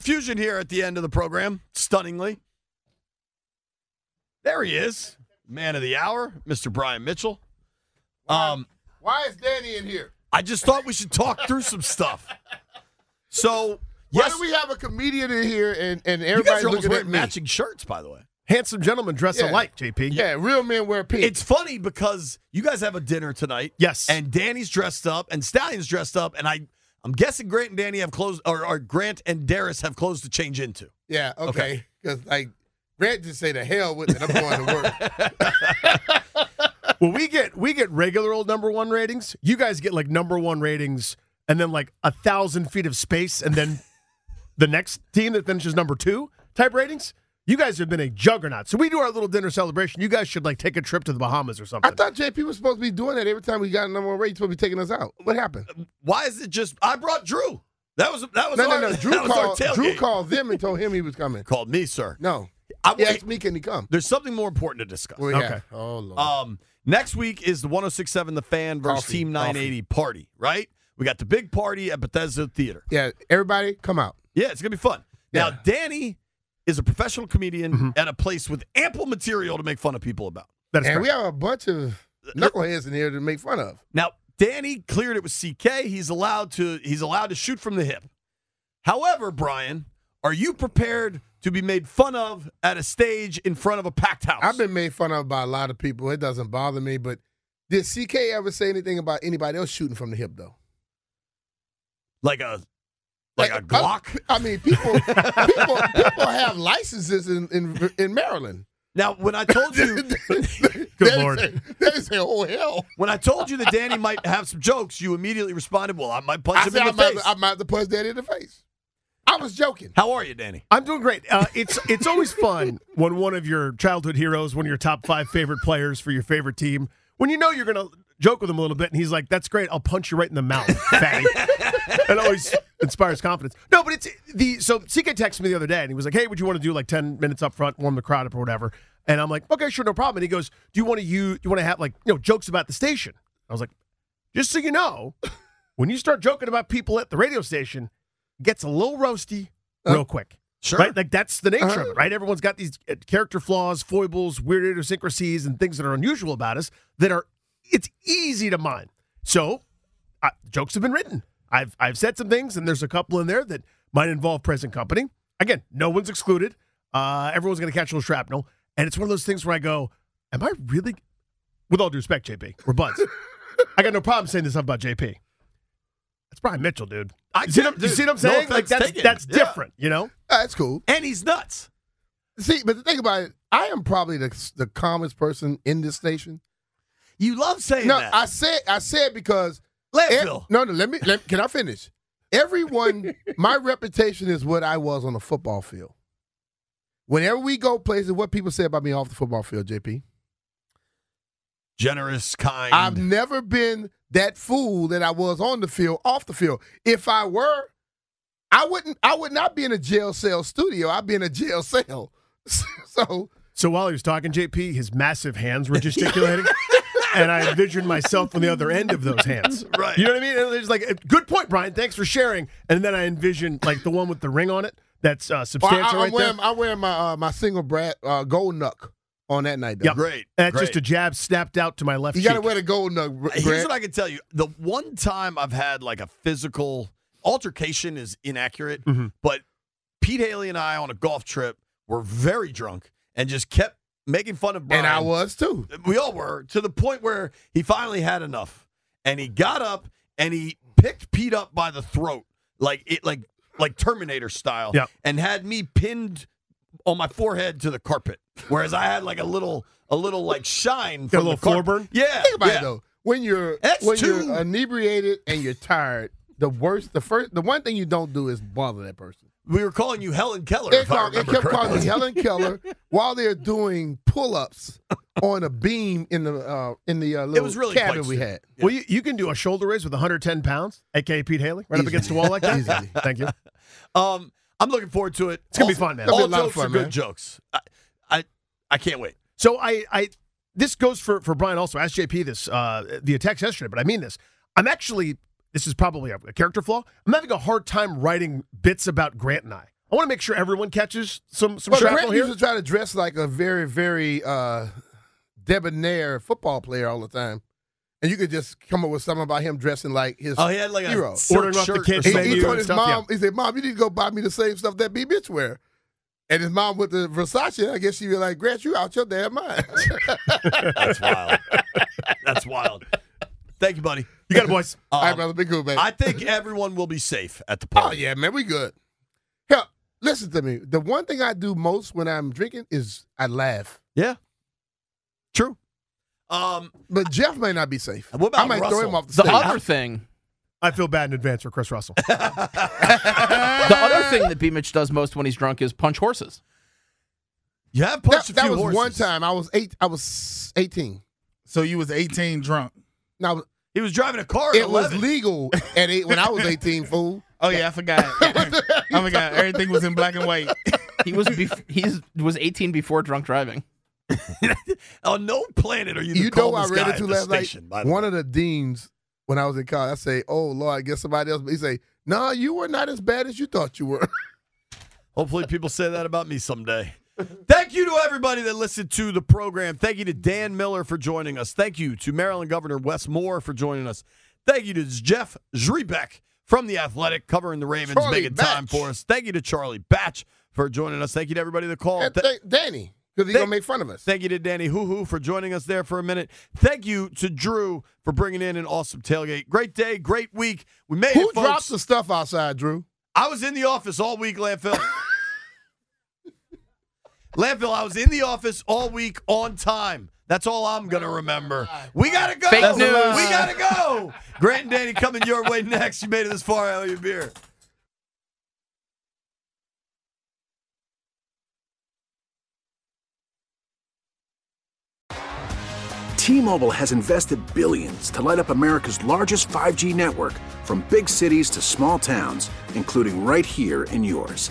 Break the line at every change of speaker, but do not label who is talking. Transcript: Fusion here at the end of the program, stunningly. There he is, man of the hour, Mr. Brian Mitchell. Um,
Why is Danny in here?
I just thought we should talk through some stuff. So,
Why
yes,
do we have a comedian in here and, and
you guys
everybody's
are almost
looking at
wearing
me?
matching shirts, by the way.
Handsome gentlemen dress
Yeah.
alike, JP.
Yeah, real men wear pink.
It's funny because you guys have a dinner tonight.
Yes.
And Danny's dressed up, and Stallion's dressed up, and I, I'm guessing Grant and Danny have clothes, or, or Grant and Darius have clothes to change into.
yeah, okay.
okay.
Because like Grant just say the hell with it. I'm going to work.
Well, we get we get regular old number one ratings. You guys get like number one ratings, and then like a thousand feet of space, and then the next team that finishes number two type ratings. You guys have been a juggernaut. So we do our little dinner celebration. You guys should like take a trip to the Bahamas or
I
something.
thought JP was supposed to be doing that every time we got a number one rate. He's supposed to be taking us out. What happened?
Why is it just I brought Drew? That was that was
No,
our,
no, no. Drew
that was our
called. Drew
tailgate.
called them and told him he was coming.
called me, sir.
No,
I,
he
wait,
asked me, can he come?
there's something more important to discuss.
Well, yeah.
Okay.
Oh Lord.
Um, next week is the 1067 The Fan versus
Coffee,
Team 980 party, right? We got the big party at Bethesda Theater.
yeah, everybody, come out.
Yeah, it's gonna be fun. Now,
Yeah. Mm-hmm.
Danny is a professional comedian at a place with ample material to make fun of people about.
That is
and
correct.
we have a bunch of knuckleheads in here to make fun of.
Now, Danny cleared it with CK. He's allowed to he's allowed to shoot from the hip. However, Brian, are you prepared to be made fun of at a stage in front of a packed house?
I've been made fun of by a lot of people. It doesn't bother me. But did CK ever say anything about anybody else shooting from the hip though?
like a like a
I-
Glock.
I, mean, people, people, people have licenses in in, in Maryland.
Now, when I told you
Good
Lord.
They say, "Oh hell!"
when I told you that Danny might have some jokes, you immediately responded, "Well, I might punch
I
him
said,
in
"I
the
might,
face."
I might have to punch that in the face." I was joking.
How are you, Danny?
I'm doing great. Uh, it's it's always fun when one of your childhood heroes, one of your top five favorite players for your favorite team, when you know you're gonna joke with him a little bit, and he's like, "That's great. I'll punch you right in the mouth." Fatty. it always inspires confidence. No, but it's the so CK texted me the other day, and he was like, "Hey, would you want to do like ten minutes up front, warm the crowd up or whatever?" And I'm like, "Okay, sure, no problem." And he goes, "Do you want to you do you want to have like you know jokes about the station?" I was like, "Just so you know, when you start joking about people at the radio station, it gets a little roasty real quick."
Sure. Uh-huh.
Right? Like that's the nature of it, right? Everyone's got these uh, character flaws, foibles, weird idiosyncrasies, and things that are unusual about us that are it's easy to mine. So uh, jokes have been written. I've I've said some things, and there's a couple in there that might involve present company. Again, no one's excluded. Uh, everyone's going to catch a little shrapnel, and it's one of those things where I go, "Am I really?" With all due respect, JP, we're buds. I got no problem saying this about JP. That's Brian Mitchell, dude.
I
You see,
get
what I'm-
it,
you
dude.
see what I'm
No
saying? like
offense
that's
taken.
that's
Yeah.
different, you know.
Ah, that's cool.
And he's nuts.
See, but the thing about it, I am probably the the calmest person in this station.
You love saying
No,
that.
I said, I said because Eh,
Landfill.
No, no. Let me. Let, can I finish? Everyone, my reputation is what I was on the football field. Whenever we go places, what people say about me off the football field, JP.
Generous, kind.
I've never been that fool that I was on the field, off the field. If I were, I wouldn't. I would not be in a jail cell studio. I'd be in a jail cell. so
So while he was talking, JP, his massive hands were gesticulating. And I envisioned myself on the other end of those hands.
Right.
You know what I mean? And it's like, uh, good point, Brian. Thanks for sharing. And then I envisioned like the one with the ring on it. That's uh,
I,
substantial
am
right there.
wearing, I'm wearing my uh, my single brad uh, gold nuck on that night. Though.
Yep.
Great.
And that's
great.
Eh, just a jab snapped out to my left
You
cheek.
got to wear the gold nuck. Brad.
Here's what I can tell you: the one time I've had like a physical altercation is inaccurate, but Pete Haley and I on a golf trip were very drunk and just kept making fun of Brian.
And I was too.
We all were to the point where he finally had enough, and he got up and he picked Pete up by the throat, like it, like like Terminator style,
Yep.
and had me pinned on my forehead to the carpet. Whereas I had like a little a little like shine from
little
the carpet.
floor burn?
Yeah,
Think about
yeah.
it though. When you're
That's
when
too-
you're inebriated and you're tired, the worst, the first, the one thing you don't do is bother that person.
We were calling you Helen Keller.
They
if I
call- They
remember
kept
correctly.
calling Helen Keller while they're doing pull-ups on a beam in the uh, in the uh, little
was really
cabin
quite
we
stupid.
had.
Well, you, you can do a shoulder raise with 110 pounds, aka Pete Haley, right up
Easy.
against the wall like that.
Easy.
Thank you.
Um, I'm looking forward to it. It's
gonna be fun, man.
All
It'll be a lot of
jokes
fun,
are good
man.
jokes. I, I, I can't wait.
So I, I this goes for for Brian also. Asked JP this uh, via text yesterday, but I mean this. I'm actually this is probably a, a character flaw. I'm having a hard time writing bits about Grant and I. I want to make sure everyone catches some some
Well,
shrapnel
Grant
here.
used to try to dress like a very, very uh, debonair football player all the time, and you could just come up with something about him dressing like his
Oh, he had like a
hero.
silk
Ordering off the
shirt or
kids'
He,
something.
menu.
he
Menu
told
and
his
stuff,
mom, he said, "Mom, you need to go buy me the same stuff that B bitch wear." And his mom with the Versace, I guess she was like, "Grant, you out your damn mind."
That's wild. That's wild. Thank you, buddy.
you got it, boys.
all right,
Um,
brother, be cool, man.
I think everyone will be safe at the
oh
party.
yeah, man, we good. Hell, listen to me. The one thing I do most when I'm drinking is I laugh.
yeah. True. Um,
But Jeff may not be safe.
What about
I might
Russell?
throw him off the,
The
stage.
other thing,
I feel bad in advance for Chris Russell.
the other thing that B Mitch does most when he's drunk is punch horses.
you have
that,
punched a
that
few
was
horses.
one time. I was eight. I was eighteen.
So you was 18 drunk.
No, I was-
He was driving a car. At
it was
11.
legal at eight when I was eighteen. Fool.
Oh yeah, I forgot. I forgot. Everything was in black and white.
He was bef- he's was 18 before drunk driving.
on no planet are you. The
You know, I
calmest
read
guy
it to
at the
last night.
station, by the
One
way.
of the deans when I was in college, I say, "Oh Lord, I guess somebody else." He say, "No, you were not as bad as you thought you were."
Hopefully, people say that about me someday. Thank you to everybody that listened to the program. Thank you to Dan Miller for joining us. Thank you to Maryland Governor Wes Moore for joining us. Thank you to Jeff Zrebeck from The Athletic covering the Ravens,
Charlie
making time
Batch.
for us. Thank you to Charlie Batch for joining us. Thank you to everybody Oh, that called.
And
Th-
th- Danny, because he
Thank-
gonna make fun of us.
Thank you to Danny Hoo Hoo for joining us there for a minute. Thank you to Drew for bringing in an awesome tailgate. Great day, great week. We made
Who
it, folks.
drops the stuff outside, Drew?
I was in the office all week, Landfill. Landfill, I was in the office all week on time. That's all I'm gonna remember. We gotta go.
Fake
we
news.
gotta go. Grant and Danny coming your way next. You made it this far. I owe you a beer.
T-Mobile has invested billions to light up America's largest 5G network from big cities to small towns, including right here in yours.